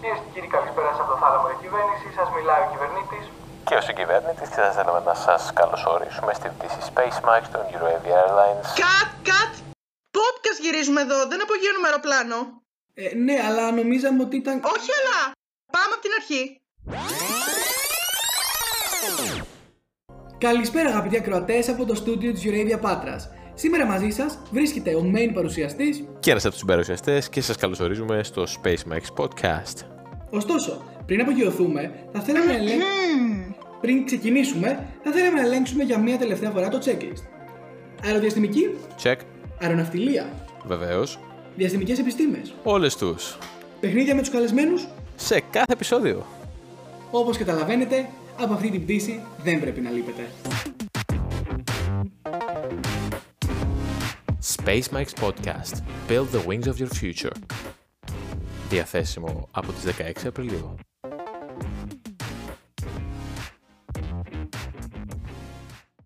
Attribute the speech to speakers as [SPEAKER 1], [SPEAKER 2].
[SPEAKER 1] Κυρίε και κύριοι, καλησπέρα από το θάλαμο η κυβέρνηση. Σας μιλάει ο κυβερνήτης.
[SPEAKER 2] Και ως συγκυβέρνητης και θα θέλαμε να σας καλωσορίσουμε στη πτήση SpaceMax των Eurovia Airlines.
[SPEAKER 3] Κατ, κατ! Πόπκα γυρίζουμε εδώ, δεν απογείωνουμε αεροπλάνο.
[SPEAKER 4] Ε, ναι, αλλά νομίζαμε ότι ήταν.
[SPEAKER 3] Όχι, αλλά πάμε από την αρχή.
[SPEAKER 4] Καλησπέρα, αγαπητοί ακροατές από το στούντιο της Eurasia Πάτρα. Σήμερα μαζί σας βρίσκεται ο main παρουσιαστής.
[SPEAKER 2] Και ένας από τους συμπαρουσιαστές και σας καλωσορίζουμε στο SpaceMax Podcast.
[SPEAKER 4] Ωστόσο, πριν απογειωθούμε, θα θέλαμε να ελέγξουμε. Πριν ξεκινήσουμε, θα θέλαμε να ελέγξουμε για μία τελευταία φορά το checklist. Αεροδιαστημική,
[SPEAKER 2] Check,
[SPEAKER 4] αεροναυτιλία,
[SPEAKER 2] βεβαίως,
[SPEAKER 4] διαστημικές επιστήμες,
[SPEAKER 2] όλες τους.
[SPEAKER 4] παιχνίδια με τους καλεσμένους.
[SPEAKER 2] Σε κάθε επεισόδιο.
[SPEAKER 4] Όπως καταλαβαίνετε, από αυτή την πτήση δεν πρέπει να λείπετε.
[SPEAKER 2] SpaceMax Podcast. Build the wings of your future. Διαθέσιμο από τις 16 Απριλίου.